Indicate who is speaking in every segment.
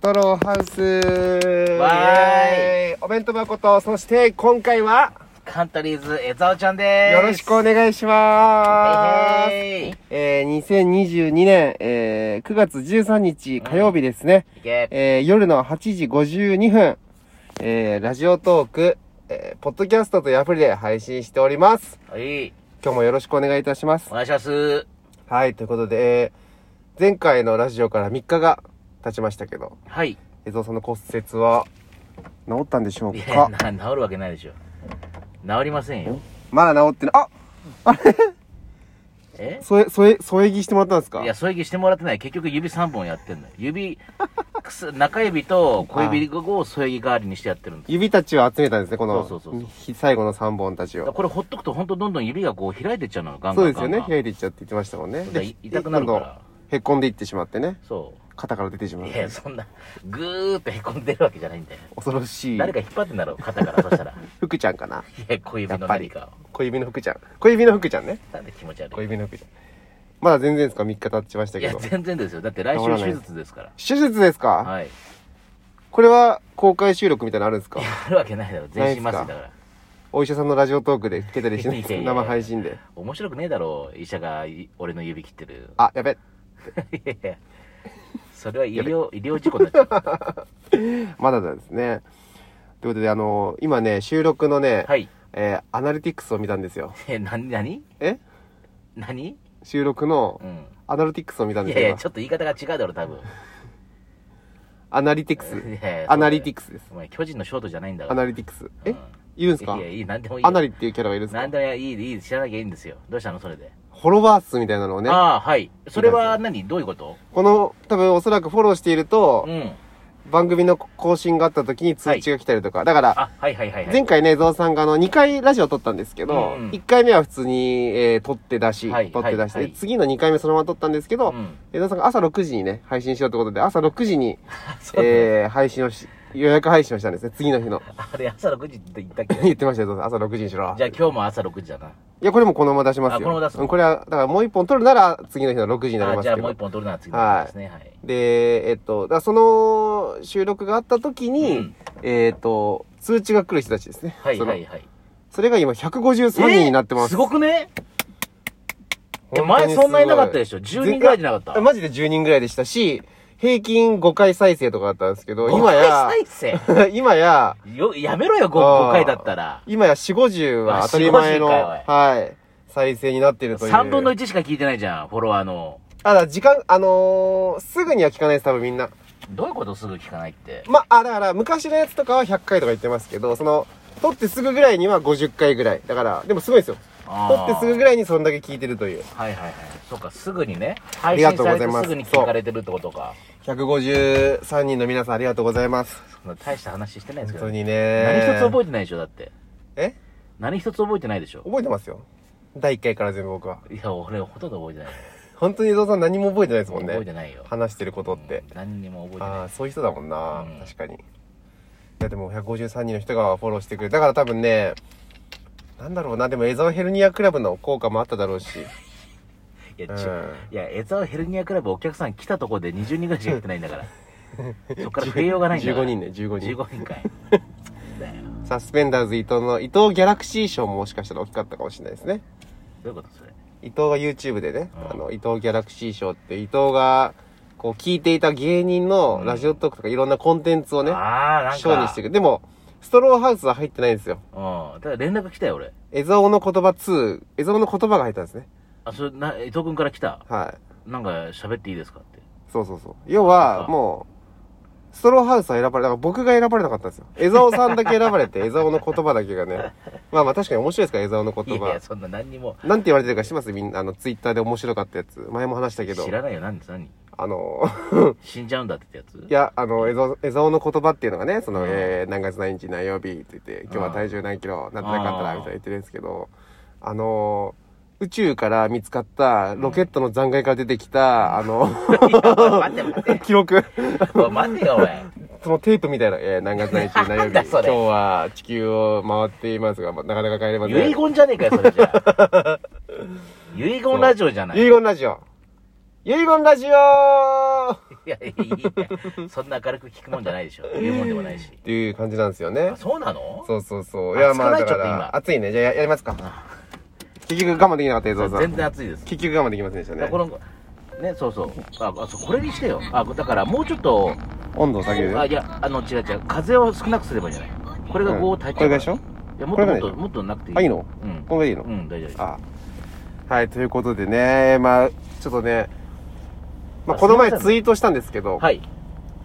Speaker 1: トローハウス
Speaker 2: わ
Speaker 1: イエーイお弁当箱と、そして今回は、
Speaker 2: カントリーズ江沢ちゃんです。
Speaker 1: よろしくお
Speaker 2: 願いし
Speaker 1: 願いします。
Speaker 2: へいへい
Speaker 1: えー、2022年、えー、9月13日火曜日ですね。
Speaker 2: いけ
Speaker 1: えー、夜の8時52分、えー、ラジオトーク、えー、ポッドキャストというアプリで配信しております。
Speaker 2: はい。
Speaker 1: 今日もよろしくお願いいたします
Speaker 2: お。願いします。
Speaker 1: はい、ということで、えー、前回のラジオから3日が経ちましたけど、
Speaker 2: はい。
Speaker 1: 江蔵さんの骨折は治ったんでしょう
Speaker 2: いや、
Speaker 1: か
Speaker 2: な治るわけないでしょ。治りませんよ。
Speaker 1: まだ治ってない。あ
Speaker 2: え
Speaker 1: 添え、添え、添え木してもらったんですか
Speaker 2: いや、添え木してもらってない。結局指3本やってんのよ。指、くす中指と小指を添え木代わりにしてやってるんです。
Speaker 1: 指たちを集めたんですね、この、
Speaker 2: そうそうそうそう
Speaker 1: ひ最後の3本たち
Speaker 2: だから
Speaker 1: を。
Speaker 2: これほっとくと本当どんどん指がこう開いてっちゃうのよ。ガンガ
Speaker 1: そ
Speaker 2: ン
Speaker 1: うですよね。
Speaker 2: ガンガン
Speaker 1: 開いていっちゃって言ってましたもんね。
Speaker 2: そうだい痛くなるから。
Speaker 1: へこんでいってしまってね。
Speaker 2: そ
Speaker 1: 肩から出てしま
Speaker 2: う。
Speaker 1: う
Speaker 2: い。や、そんな、ぐーっと凹んでるわけじゃないんだよ。
Speaker 1: 恐ろしい。
Speaker 2: 誰か引っ張ってんだろう、肩から。そし たら。
Speaker 1: 福ちゃんかない
Speaker 2: や、小指
Speaker 1: やっ
Speaker 2: の
Speaker 1: ぱり
Speaker 2: 何かを。。
Speaker 1: 小指の福ちゃん。小指の福ちゃんね。
Speaker 2: なんで気持ち悪い。
Speaker 1: 小指の福ちゃん。まだ全然ですか ?3 日経ちました
Speaker 2: い
Speaker 1: け
Speaker 2: や、
Speaker 1: ど。
Speaker 2: 全然ですよ。だって来
Speaker 1: 治ら
Speaker 2: 週
Speaker 1: ない
Speaker 2: 手術ですから。
Speaker 1: 手術ですか、
Speaker 2: はい。
Speaker 1: これは公開収録みたいなのあるんですか
Speaker 2: あるわけないだろ。全身麻
Speaker 1: ないっ
Speaker 2: 酔
Speaker 1: すか
Speaker 2: だから。
Speaker 1: お医者さんのラジオトークで聞けたりしないですか
Speaker 2: いやいやいや
Speaker 1: 生配信で。
Speaker 2: 面白くねえだろう。医者がい俺の指切ってる。
Speaker 1: あ、やべ。
Speaker 2: いやいやそれは医療、医療事故になっちゃうから。
Speaker 1: まだですね。ということで、あの、今ね、収録のね、
Speaker 2: はい。
Speaker 1: えーアナリティクスを見たんですよ。
Speaker 2: え、なになに
Speaker 1: え
Speaker 2: なに
Speaker 1: 収録の
Speaker 2: うん。
Speaker 1: アナリティクスを見たん
Speaker 2: い
Speaker 1: です
Speaker 2: やい
Speaker 1: よ。
Speaker 2: や、
Speaker 1: 今
Speaker 2: ちょっと言い方が違うだろ、多分。
Speaker 1: アナリティク
Speaker 2: い
Speaker 1: ス。
Speaker 2: やいや
Speaker 1: アナリティクスです。
Speaker 2: お前、巨人のショートじゃないんだか
Speaker 1: ア
Speaker 2: ら。
Speaker 1: ナリティクス。え、
Speaker 2: うん
Speaker 1: いるんですか
Speaker 2: いやいい、なんでもいいよ。
Speaker 1: アナリっていうキャラがいるんです
Speaker 2: なん
Speaker 1: か
Speaker 2: でもいい、いい、知らなきゃいいんですよ。どうしたの、それで。
Speaker 1: フォロワー数みたいなのをね、
Speaker 2: ああ、はい。それは何どういうこと
Speaker 1: この、多分おそらくフォローしていると
Speaker 2: う、ん。
Speaker 1: 番組の更新があった時に通知が来たりとか、だから、
Speaker 2: あ、はいはいはいはい。
Speaker 1: 前回ね、ゾウさんがあの、2回ラジオ撮ったんですけど、
Speaker 2: うんうん
Speaker 1: 1回目は普通に、えー撮って出し、
Speaker 2: はい
Speaker 1: 撮って出して、
Speaker 2: はいはい
Speaker 1: 次の2回目そのまま撮ったんですけど、
Speaker 2: うん。
Speaker 1: 江田さんが朝6時にね、配信しようってことで、朝6時に、
Speaker 2: そう
Speaker 1: えー、配信をし、予約配信をしたんですね、次の日 の。
Speaker 2: あれ、朝6時って言ったっけ
Speaker 1: 言ってましたよ、朝6時にしろ。
Speaker 2: じゃあ今日も朝6時だな。
Speaker 1: いや、これもこのまま出しますよ。
Speaker 2: あこのまま出すの
Speaker 1: うんこれは、だからもう1本撮るなら、次の日の6時になり
Speaker 2: あ
Speaker 1: ま
Speaker 2: じ
Speaker 1: す
Speaker 2: ゃあ
Speaker 1: け
Speaker 2: もう
Speaker 1: ど
Speaker 2: 一。本取るなら次の日ですね。はい。
Speaker 1: で、えっと、だからその収録があった時に、
Speaker 2: うん
Speaker 1: えっと、通知が来る人たちですね。
Speaker 2: はい
Speaker 1: その
Speaker 2: はいはい。
Speaker 1: それが今153人になってます。
Speaker 2: すごくね
Speaker 1: 本
Speaker 2: え
Speaker 1: 当
Speaker 2: 前
Speaker 1: にすご
Speaker 2: そんないなかったでしょ ?10 人ぐらいじゃなかった。
Speaker 1: あマジで10人ぐらいでしたし、平均5回再生とかだったんですけど、
Speaker 2: 5
Speaker 1: 今や、
Speaker 2: 回再
Speaker 1: 今や、
Speaker 2: 生よ、やめろよ5、
Speaker 1: あー
Speaker 2: 5回だったら。
Speaker 1: 今や4、50は当たり前の、
Speaker 2: あ4 50か
Speaker 1: はい、再生になってるという。
Speaker 2: 3分の1しか聞いてないじゃん、フォロワーの。
Speaker 1: あ、だから時間、あのーすぐには聞かないです、多分みんな。
Speaker 2: どういうことすぐ聞かないって。
Speaker 1: ま、あ、だから昔のやつとかは100回とか言ってますけど、その、撮ってすぐぐらいには50回ぐらい。だから、でもすごいですよ。撮
Speaker 2: あー
Speaker 1: ってすぐぐらいにそんだけ聞いてるという。
Speaker 2: はいはいはい。そうか、すぐにね。配
Speaker 1: りが
Speaker 2: 信
Speaker 1: とう
Speaker 2: さ
Speaker 1: ご
Speaker 2: れ
Speaker 1: ざい
Speaker 2: て
Speaker 1: ます
Speaker 2: すぐに聞かれてるってことか。
Speaker 1: 153人の皆さんありがとうございます。
Speaker 2: そんな大した話してないです
Speaker 1: 本
Speaker 2: けど
Speaker 1: 当
Speaker 2: ね。
Speaker 1: に
Speaker 2: 何
Speaker 1: ね。
Speaker 2: 一つ覚えてないでしょ、だって。
Speaker 1: え
Speaker 2: 何一つ覚えてないでしょ。
Speaker 1: 覚えてますよ。第1回から全部僕は。
Speaker 2: いや、俺ほとんど覚えてない。
Speaker 1: 本当に伊藤さん何も覚えてないですもんね。
Speaker 2: 覚えてないよ。
Speaker 1: 話してることって。
Speaker 2: うん何にも覚えてない
Speaker 1: ああ、そういう人だもんな、
Speaker 2: うん
Speaker 1: 確かに。いや、でも153人の人がフォローしてくれたから多分ね、なんだろうな、でもエザオヘルニアクラブの効果もあっただ ろうし。
Speaker 2: いや、
Speaker 1: うん
Speaker 2: ちいやエザオヘルニアクラブお客さん来たところで20人ぐらいしかやってないんだから そっから増えようがないんだから
Speaker 1: 15人ね、15人。
Speaker 2: 15人かいだよ
Speaker 1: サスペンダーズ伊藤の伊藤ギャラクシー賞ももしかしたら大きかったかもしれないですね。
Speaker 2: どういうことそれ
Speaker 1: 伊藤が YouTube でね、
Speaker 2: うん
Speaker 1: あの、伊藤ギャラクシー賞って伊藤が、こう聞いていた芸人のラジオトークとかいろんなコンテンツをね、
Speaker 2: ああなんか
Speaker 1: 賞にしてくる。でも、ストローハウスは入ってないんですよ。
Speaker 2: うんただ連絡来たよ俺
Speaker 1: エゾオの言葉2、エゾオの言葉が入ったんですね。
Speaker 2: あそれな伊藤君から来た
Speaker 1: はい。
Speaker 2: なんか喋っていいですかって
Speaker 1: そうそうそう。要は、
Speaker 2: あ
Speaker 1: もう、ストローハウスは選ばれ、だから僕が選ばれなかったんですよ。エゾオさんだけ選ば れて、エゾオの言葉だけがね。まあまあ確かに面白いですから、エゾオの
Speaker 2: いや
Speaker 1: 言
Speaker 2: い
Speaker 1: 葉
Speaker 2: や。そんな何にも
Speaker 1: なんて言われてるか知ってますみんな、あの、ツイッターで面白かったやつ。前も話したけど
Speaker 2: 知。らないよ何何
Speaker 1: あの、
Speaker 2: 死んじゃうんだってってやつ
Speaker 1: いや、あの、エゾ、エゾオの言葉っていうのがね、その、
Speaker 2: うん
Speaker 1: えー何月何日何曜日って言って、今日は体重何キロ、なんとなかったら、みたいな言ってるんですけど、あの、宇宙から見つかった、ロケットの残骸から出てきた、あの、
Speaker 2: いや待って待って
Speaker 1: 記録。
Speaker 2: おい待てよおい
Speaker 1: そのテープみたいな、えー何月何日何
Speaker 2: な
Speaker 1: 曜
Speaker 2: ん
Speaker 1: 日、今
Speaker 2: だそ
Speaker 1: 日
Speaker 2: れ
Speaker 1: は地球を回っていますが、まあなかなか帰れません。
Speaker 2: 遺言じゃねえかよそれじゃあ遺言ラジオじゃない
Speaker 1: 遺言ラジオ。遺言ラジオっ
Speaker 2: いや、いいね。そんな明るく聞くもんじゃないでしょ。言うもんでもないし。
Speaker 1: ていう感じなんですよね
Speaker 2: あ。そうなの
Speaker 1: そうそうそう。
Speaker 2: 暑
Speaker 1: いや、まあ、
Speaker 2: くない
Speaker 1: だか
Speaker 2: ちょっと
Speaker 1: ら、
Speaker 2: 今
Speaker 1: 暑いね。じゃあや、やりますか。結局我慢できなかった映像さ
Speaker 2: 全
Speaker 1: ん。
Speaker 2: 然暑いです。
Speaker 1: 結局我慢できませんでしたね
Speaker 2: こ。の、ね、そうそう。あ、あそうこれにしてよ。あ、だからもうちょっと、
Speaker 1: 温度を下げる。
Speaker 2: あ、いや、あの、違う違う。風を少なくすればいいんじゃないこれが5を耐え
Speaker 1: これぐらいでしょ
Speaker 2: いや、もっ
Speaker 1: ことれ
Speaker 2: も
Speaker 1: が
Speaker 2: っ
Speaker 1: ね
Speaker 2: と、もっとなくていい。
Speaker 1: あ、いいの
Speaker 2: うん。
Speaker 1: これがいいうの
Speaker 2: ん、大丈夫です。
Speaker 1: あはい、ということでね、まあ、ちょっとね、まあ、
Speaker 2: あ
Speaker 1: この前
Speaker 2: すいません
Speaker 1: ツイートしたんですけど、
Speaker 2: はい。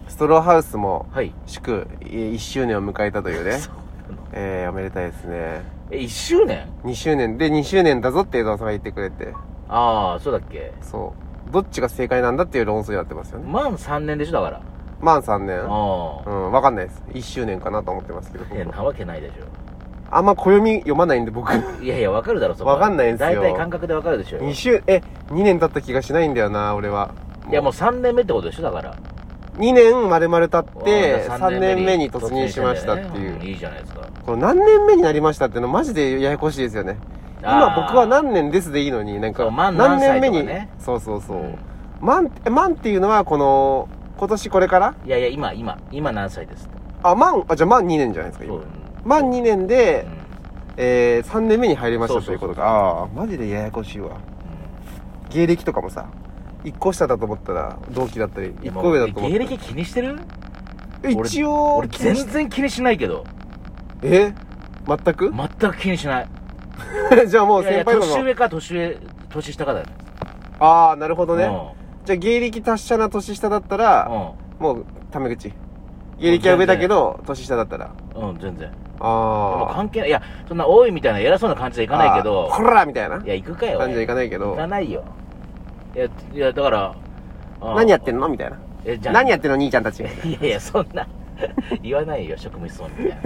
Speaker 1: ストローハウスも
Speaker 2: はい。
Speaker 1: 祝1周年を迎えたというね
Speaker 2: そ、うなの
Speaker 1: えー、おめでたいですね。
Speaker 2: え、1周年
Speaker 1: 2周年、で、2周年だぞって江沢さんが言ってくれて、
Speaker 2: ああ、そうだっけ
Speaker 1: そう。どっちが正解なんだっていう論争になってますよね。
Speaker 2: 満3年でしょ、だから。
Speaker 1: 満3年。
Speaker 2: あ
Speaker 1: うん、わかんないです。1周年かなと思ってますけど、
Speaker 2: あ。いや、なわけないでし
Speaker 1: あんま暦読まないんで僕、
Speaker 2: ょ。いやいや、わかるだろ、そこ
Speaker 1: わかんないんすよ
Speaker 2: 大体感覚でわかるでしょ。
Speaker 1: 2週、え、2年経った気がしないんだよな、俺は。
Speaker 2: いや、もう3年目ってことでしょ、だから。
Speaker 1: 2年丸々経って、
Speaker 2: わあ
Speaker 1: 3年目に突入しましたってい
Speaker 2: 突入しんだよねん
Speaker 1: う。
Speaker 2: いいじゃないですか。
Speaker 1: この何年目になりましたっていうのマジでややこしいですよね。今僕は何年ですでいいのに、なん
Speaker 2: そ
Speaker 1: か、
Speaker 2: う満
Speaker 1: 何年
Speaker 2: 何歳
Speaker 1: 目
Speaker 2: とか
Speaker 1: に
Speaker 2: ね、。
Speaker 1: そうそうそううん満、え満っていうのはこの、今年これから
Speaker 2: いやいや、今、今、今何歳です
Speaker 1: あ、満、あ、じゃあ満2年じゃないですか、
Speaker 2: そう
Speaker 1: 今。満2年
Speaker 2: う
Speaker 1: で
Speaker 2: ん、うん
Speaker 1: えー、3年目に入りましたということか。あ
Speaker 2: そ
Speaker 1: あー、マジでややこしいわ。芸歴とかもさ1個下だと思ったら同期だったり
Speaker 2: い
Speaker 1: 1
Speaker 2: やもう
Speaker 1: 個上だと思った
Speaker 2: 芸
Speaker 1: ら
Speaker 2: 歴気にしてる
Speaker 1: え
Speaker 2: 俺
Speaker 1: 一応
Speaker 2: 俺全然気にしないけど
Speaker 1: え全く
Speaker 2: 全く気にしない
Speaker 1: じゃあもう
Speaker 2: いやい
Speaker 1: 先
Speaker 2: や
Speaker 1: 輩と
Speaker 2: 年
Speaker 1: か
Speaker 2: 上か年上年下かだよね
Speaker 1: ああなるほど
Speaker 2: う
Speaker 1: ね
Speaker 2: ん
Speaker 1: じゃあ芸歴達者な年下だったらもうタメ口芸歴は上だけど年下だったら
Speaker 2: うんうん全然でも
Speaker 1: ああ
Speaker 2: 関係ないいやそんな多いみたいな偉そうな感じでいかないけど
Speaker 1: あーこらみたいない
Speaker 2: や行くかよ
Speaker 1: 感じはい
Speaker 2: 行
Speaker 1: かないけど
Speaker 2: かないよいやいやだから
Speaker 1: 何やって
Speaker 2: ん
Speaker 1: んのみたいな
Speaker 2: えじゃあ
Speaker 1: 何やってんの兄ちゃんたち
Speaker 2: いやいやそんな言わないよ職務質問みたい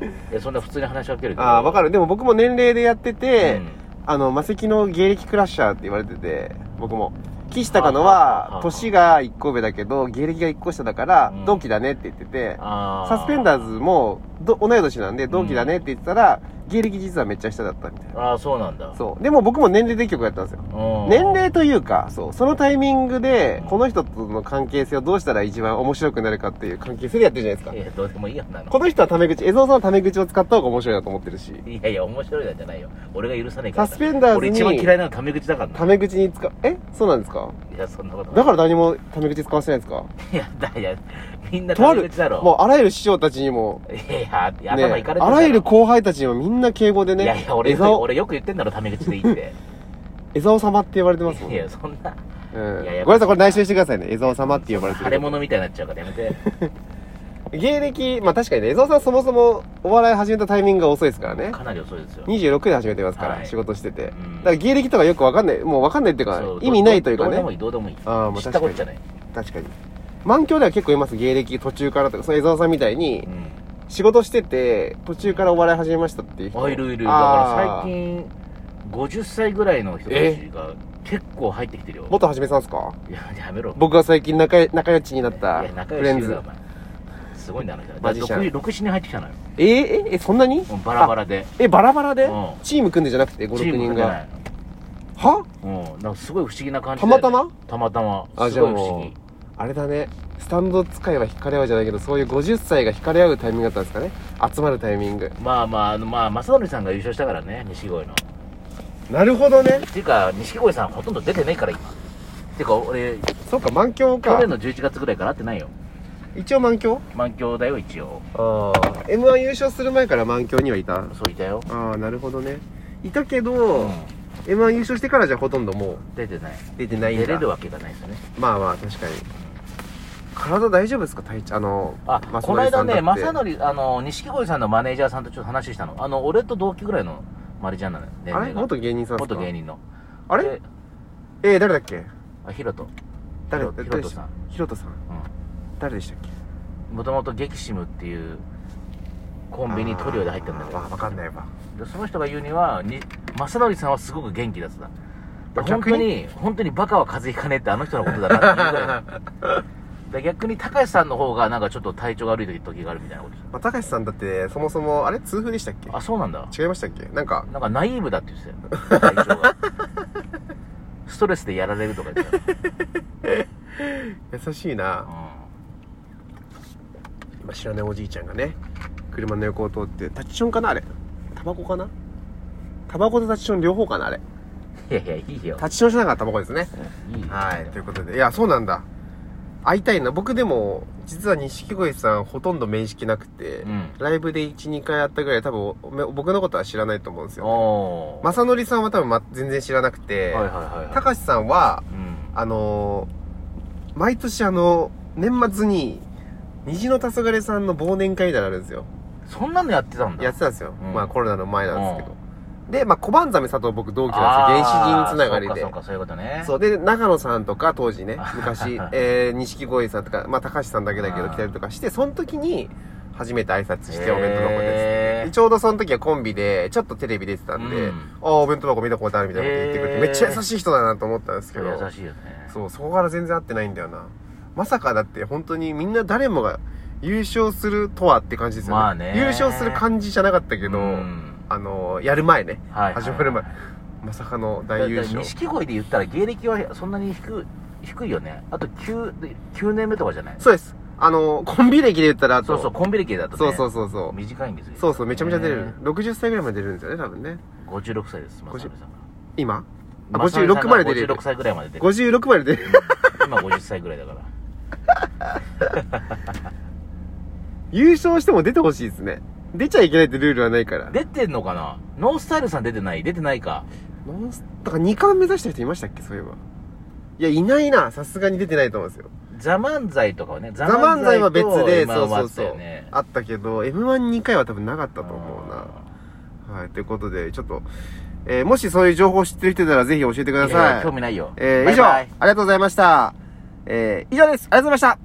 Speaker 2: ないやそんな普通に話しかけるけど
Speaker 1: ああわかるでも僕も年齢でやってて、
Speaker 2: うん
Speaker 1: あの、魔石の芸歴クラッシャーって言われてて、僕も。岸高野は、年が1個上だけど、芸歴が1個下だから
Speaker 2: う、ん
Speaker 1: 同期だねって言ってて、
Speaker 2: あー
Speaker 1: サスペンダーズも、ど同い年なんで、同期だねって言ってたら、芸歴実はめっちゃ下だったみたいな。
Speaker 2: ああそうなんだ
Speaker 1: そう。でも僕も年齢で結構やったんですよ。
Speaker 2: うん
Speaker 1: 年齢というか、そう、そのタイミングで
Speaker 2: う、ん
Speaker 1: この人との関係性をどうしたら一番面白くなるかっていう関係性でやってるじゃないです
Speaker 2: い
Speaker 1: か。
Speaker 2: やどうでもいいやんなの
Speaker 1: この人はタメ口、江蔵さんはタメ口を使った方が面白いなと思ってるし、
Speaker 2: いやいや面白いなんじゃないよ俺が許さないから
Speaker 1: サスペンダーズに
Speaker 2: 俺一番嫌いなのタメ口だから
Speaker 1: タ
Speaker 2: な
Speaker 1: メ口に使う、えそうなんですか
Speaker 2: いやそんなことない
Speaker 1: だから何もタメ口使わせないんですか
Speaker 2: いやだいやみんな
Speaker 1: とあ
Speaker 2: タメ
Speaker 1: る
Speaker 2: 口だろ、
Speaker 1: もうあらゆる師匠たちにも、
Speaker 2: いやいや
Speaker 1: ね
Speaker 2: 頭いかれてるだろ
Speaker 1: あらゆる後輩たちにもみんな敬語でね、
Speaker 2: いやいや俺
Speaker 1: 江
Speaker 2: よく
Speaker 1: 沢、
Speaker 2: 俺よく言ってんだろタメ口でいいって
Speaker 1: 江沢様って呼ばれてますもん
Speaker 2: い
Speaker 1: ね。
Speaker 2: やそんな
Speaker 1: うん
Speaker 2: いやいや
Speaker 1: ごめんなさい、これ内緒してくださいね。江沢様って呼ばれて
Speaker 2: 腫れ
Speaker 1: る。
Speaker 2: 物みたいになっちゃうからやめて
Speaker 1: 芸歴、まあ確かにね、江沢さんそもそもお笑い始めたタイミングが遅いですからね。
Speaker 2: かなり遅いですよ
Speaker 1: 26で始めてますから、
Speaker 2: はい
Speaker 1: 仕事してて。だ
Speaker 2: ん
Speaker 1: から芸歴とかよくわかんない、もうわかんないっていうか
Speaker 2: そ、う
Speaker 1: 意味ないというか
Speaker 2: どうで
Speaker 1: ね
Speaker 2: も。いいどうでもいい
Speaker 1: ああもう
Speaker 2: 知
Speaker 1: 確
Speaker 2: った
Speaker 1: か
Speaker 2: こ
Speaker 1: に
Speaker 2: っちゃない、
Speaker 1: 確かに。満響では結構います、芸歴途中からとか。その江沢さんみたいに
Speaker 2: う、ん
Speaker 1: 仕事してて、途中からお笑い始めましたっていう人。
Speaker 2: あいるいるだ
Speaker 1: あー
Speaker 2: から最近50歳ぐらいの人たちが結構入ってきてるよ
Speaker 1: 元はじめさんですか
Speaker 2: いややめろ
Speaker 1: 僕が最近仲良仲良ちになった
Speaker 2: いや仲
Speaker 1: フ
Speaker 2: 良
Speaker 1: レ
Speaker 2: し
Speaker 1: ン
Speaker 2: だ
Speaker 1: ズ
Speaker 2: よお前すごいんだあの人だ
Speaker 1: マジシャン
Speaker 2: 6人入ってきたのよ
Speaker 1: えー、ええそんなに
Speaker 2: もうバラバラで
Speaker 1: えバラバラで、
Speaker 2: うん
Speaker 1: チーム組んでじゃなくて
Speaker 2: チ
Speaker 1: 56
Speaker 2: ーム
Speaker 1: 人
Speaker 2: 組んで
Speaker 1: が
Speaker 2: ない
Speaker 1: は
Speaker 2: うんなんかすごい不思議な感じ
Speaker 1: た
Speaker 2: だよ
Speaker 1: ま
Speaker 2: ね
Speaker 1: たま
Speaker 2: たまたま
Speaker 1: あ
Speaker 2: す
Speaker 1: じゃあ
Speaker 2: ごい不思
Speaker 1: もう
Speaker 2: 議
Speaker 1: あれだねスタンド使いは惹かれ合うじゃないけどそういう50歳が惹かれ合うタイミングだったんですかね集まるタイミング
Speaker 2: まあまああのまあ正則さんが優勝したからね錦鯉のっ
Speaker 1: なるほどね
Speaker 2: ていうか錦鯉さんほとんど出てないから今っていうか俺
Speaker 1: そうか満響
Speaker 2: 去
Speaker 1: か
Speaker 2: 年の11月ぐらいから会ってないよ
Speaker 1: 一応満響
Speaker 2: 満響だよ一応
Speaker 1: ああ m 1優勝する前から満響にはいた
Speaker 2: そういたよ
Speaker 1: ああなるほどねいたけ
Speaker 2: う
Speaker 1: ど、
Speaker 2: ん
Speaker 1: m 1優勝してからじゃほとんども
Speaker 2: 出てないう
Speaker 1: 出てないんだ
Speaker 2: 出れるわけがないですよね
Speaker 1: まあまあ確かに体大丈夫ですか体調あの
Speaker 2: あ
Speaker 1: まあ
Speaker 2: この間ね
Speaker 1: 正則さ
Speaker 2: 正
Speaker 1: んだっ
Speaker 2: 則あの錦鯉さんのマネージャーさんとちょっと話したのあの俺と同期ぐらいのマネージャーなのよ
Speaker 1: て
Speaker 2: 年
Speaker 1: あ
Speaker 2: 齢
Speaker 1: れ
Speaker 2: が
Speaker 1: 元芸人さんですか
Speaker 2: 元芸人の
Speaker 1: あれ
Speaker 2: で
Speaker 1: えー、誰だっけ
Speaker 2: あヒロト
Speaker 1: 誰
Speaker 2: ヒロ
Speaker 1: 誰
Speaker 2: ヒロトさん
Speaker 1: ひろとさん誰でしたっけ
Speaker 2: もともとゲキシムっていうコンビにトリオで入ったんだけど
Speaker 1: わわかんないわ
Speaker 2: でその人が言うにはに正則さんはすごく元気だった
Speaker 1: あ
Speaker 2: 本
Speaker 1: 逆
Speaker 2: 当
Speaker 1: に
Speaker 2: に本当にバカは風邪ひかねえってあの人のことだなっていうぐらいだ から逆に高橋さんの方がなんかちょっと体調が悪い時時があるみたいなこと言って
Speaker 1: まあ高橋さんだってそもそもあれ痛風でしたっけ
Speaker 2: たあそうなんだ
Speaker 1: 違いましたっけなんか
Speaker 2: なんかナイーブだって言ってたよ体調がストレスでやられるとか言ってたよ
Speaker 1: 優しいな今知らないおじいちゃんがね車の横を通ってタッチションかなあれタバコかなタバコとタッチション両方かなあれ
Speaker 2: うんいやいやいいよ
Speaker 1: タッチションしながらタバコですね
Speaker 2: いいよ
Speaker 1: はいということでいやそうなんだ会いたいな僕でも実は錦鯉さんほとんど面識なくて、
Speaker 2: うん
Speaker 1: ライブで12回やったぐらい多分おお僕のことは知らないと思うんですよ
Speaker 2: おー
Speaker 1: 正則さんは多分、ま、全然知らなくて
Speaker 2: はいはいはいはい
Speaker 1: たかしさんは
Speaker 2: うん
Speaker 1: あのー毎年あの、年末に、虹の黄昏さんの忘年会みたいなのあるんですよ。
Speaker 2: そんなのやってたんだ
Speaker 1: やってたんですよ。
Speaker 2: うん
Speaker 1: まあコロナの前なんですけど。で、まあ小判ザメ佐藤僕同期なんですよ。原
Speaker 2: あー
Speaker 1: 始人つながりで
Speaker 2: そう。かそうかそういうことね、
Speaker 1: そう。で、長野さんとか当時ね、昔 えー、錦鯉さんとか、まあ高橋さんだけだけ
Speaker 2: あ
Speaker 1: ど
Speaker 2: ー
Speaker 1: 来たりとかして、その時に、初めて挨拶して
Speaker 2: へー
Speaker 1: お弁当箱です。でちょうどその時はコンビで、ちょっとテレビ出てたんで、
Speaker 2: うん
Speaker 1: ああ、お弁当箱見たことあるみたいなこと言ってくれて、
Speaker 2: へー
Speaker 1: めっちゃ優しい人だなと思ったんですけど。
Speaker 2: 優しいよね
Speaker 1: そう、そこから全然会ってないんだよな。まさかだって本当にみんな誰もが優勝するとはって感じですよね。
Speaker 2: まあね
Speaker 1: 優勝する感じじゃなかったけど、
Speaker 2: うん
Speaker 1: あの、やる前ね。
Speaker 2: はいはい
Speaker 1: 始まる前。まさかの
Speaker 2: だ
Speaker 1: 大優
Speaker 2: だから
Speaker 1: 勝。
Speaker 2: 錦鯉で言ったら芸歴はそんなに低い低いよねあと 9, で9年目とかじゃない
Speaker 1: そうです。あの、コンビ歴で言ったらあ
Speaker 2: そ
Speaker 1: と、
Speaker 2: うそうコンビ歴だとね
Speaker 1: そうそうそうそう。
Speaker 2: 短いんですよ
Speaker 1: そうそう、めちゃめちゃ出れる
Speaker 2: ね。
Speaker 1: 60歳ぐらいまで出るんですよね、多分ね。
Speaker 2: 56歳です松
Speaker 1: 50
Speaker 2: 上さんが
Speaker 1: 今あ
Speaker 2: 松上さんが
Speaker 1: 56まで出れる
Speaker 2: 56歳ぐらいまで出る
Speaker 1: ?56 まで出る。
Speaker 2: 今50歳ぐらいだから
Speaker 1: 優勝しても出てほしいですね。出ちゃいけないってルールはないから。
Speaker 2: 出てんのかなノースタイルさん出てない出てないか
Speaker 1: ノンスだから2冠目指した人いましたっけそういえば。いや、いないな。さすがに出てないと思うんですよ。
Speaker 2: ザ・漫才とかはねザ
Speaker 1: ザ・漫才は別で、
Speaker 2: と
Speaker 1: そう
Speaker 2: M1 は
Speaker 1: そ
Speaker 2: あ
Speaker 1: う
Speaker 2: った
Speaker 1: そう
Speaker 2: よ。ね
Speaker 1: あったけど、M12 回は多分なかったと思う
Speaker 2: あ
Speaker 1: な。はい、ということで、ちょっと、えーもしそういう情報を知ってる人いたらぜひ教えてくだ
Speaker 2: ーいやいや
Speaker 1: さい。
Speaker 2: 興味ないよ
Speaker 1: えー
Speaker 2: バイ
Speaker 1: 以上、
Speaker 2: バイ
Speaker 1: ありがとうございました。えー以上です。ありがとうございました。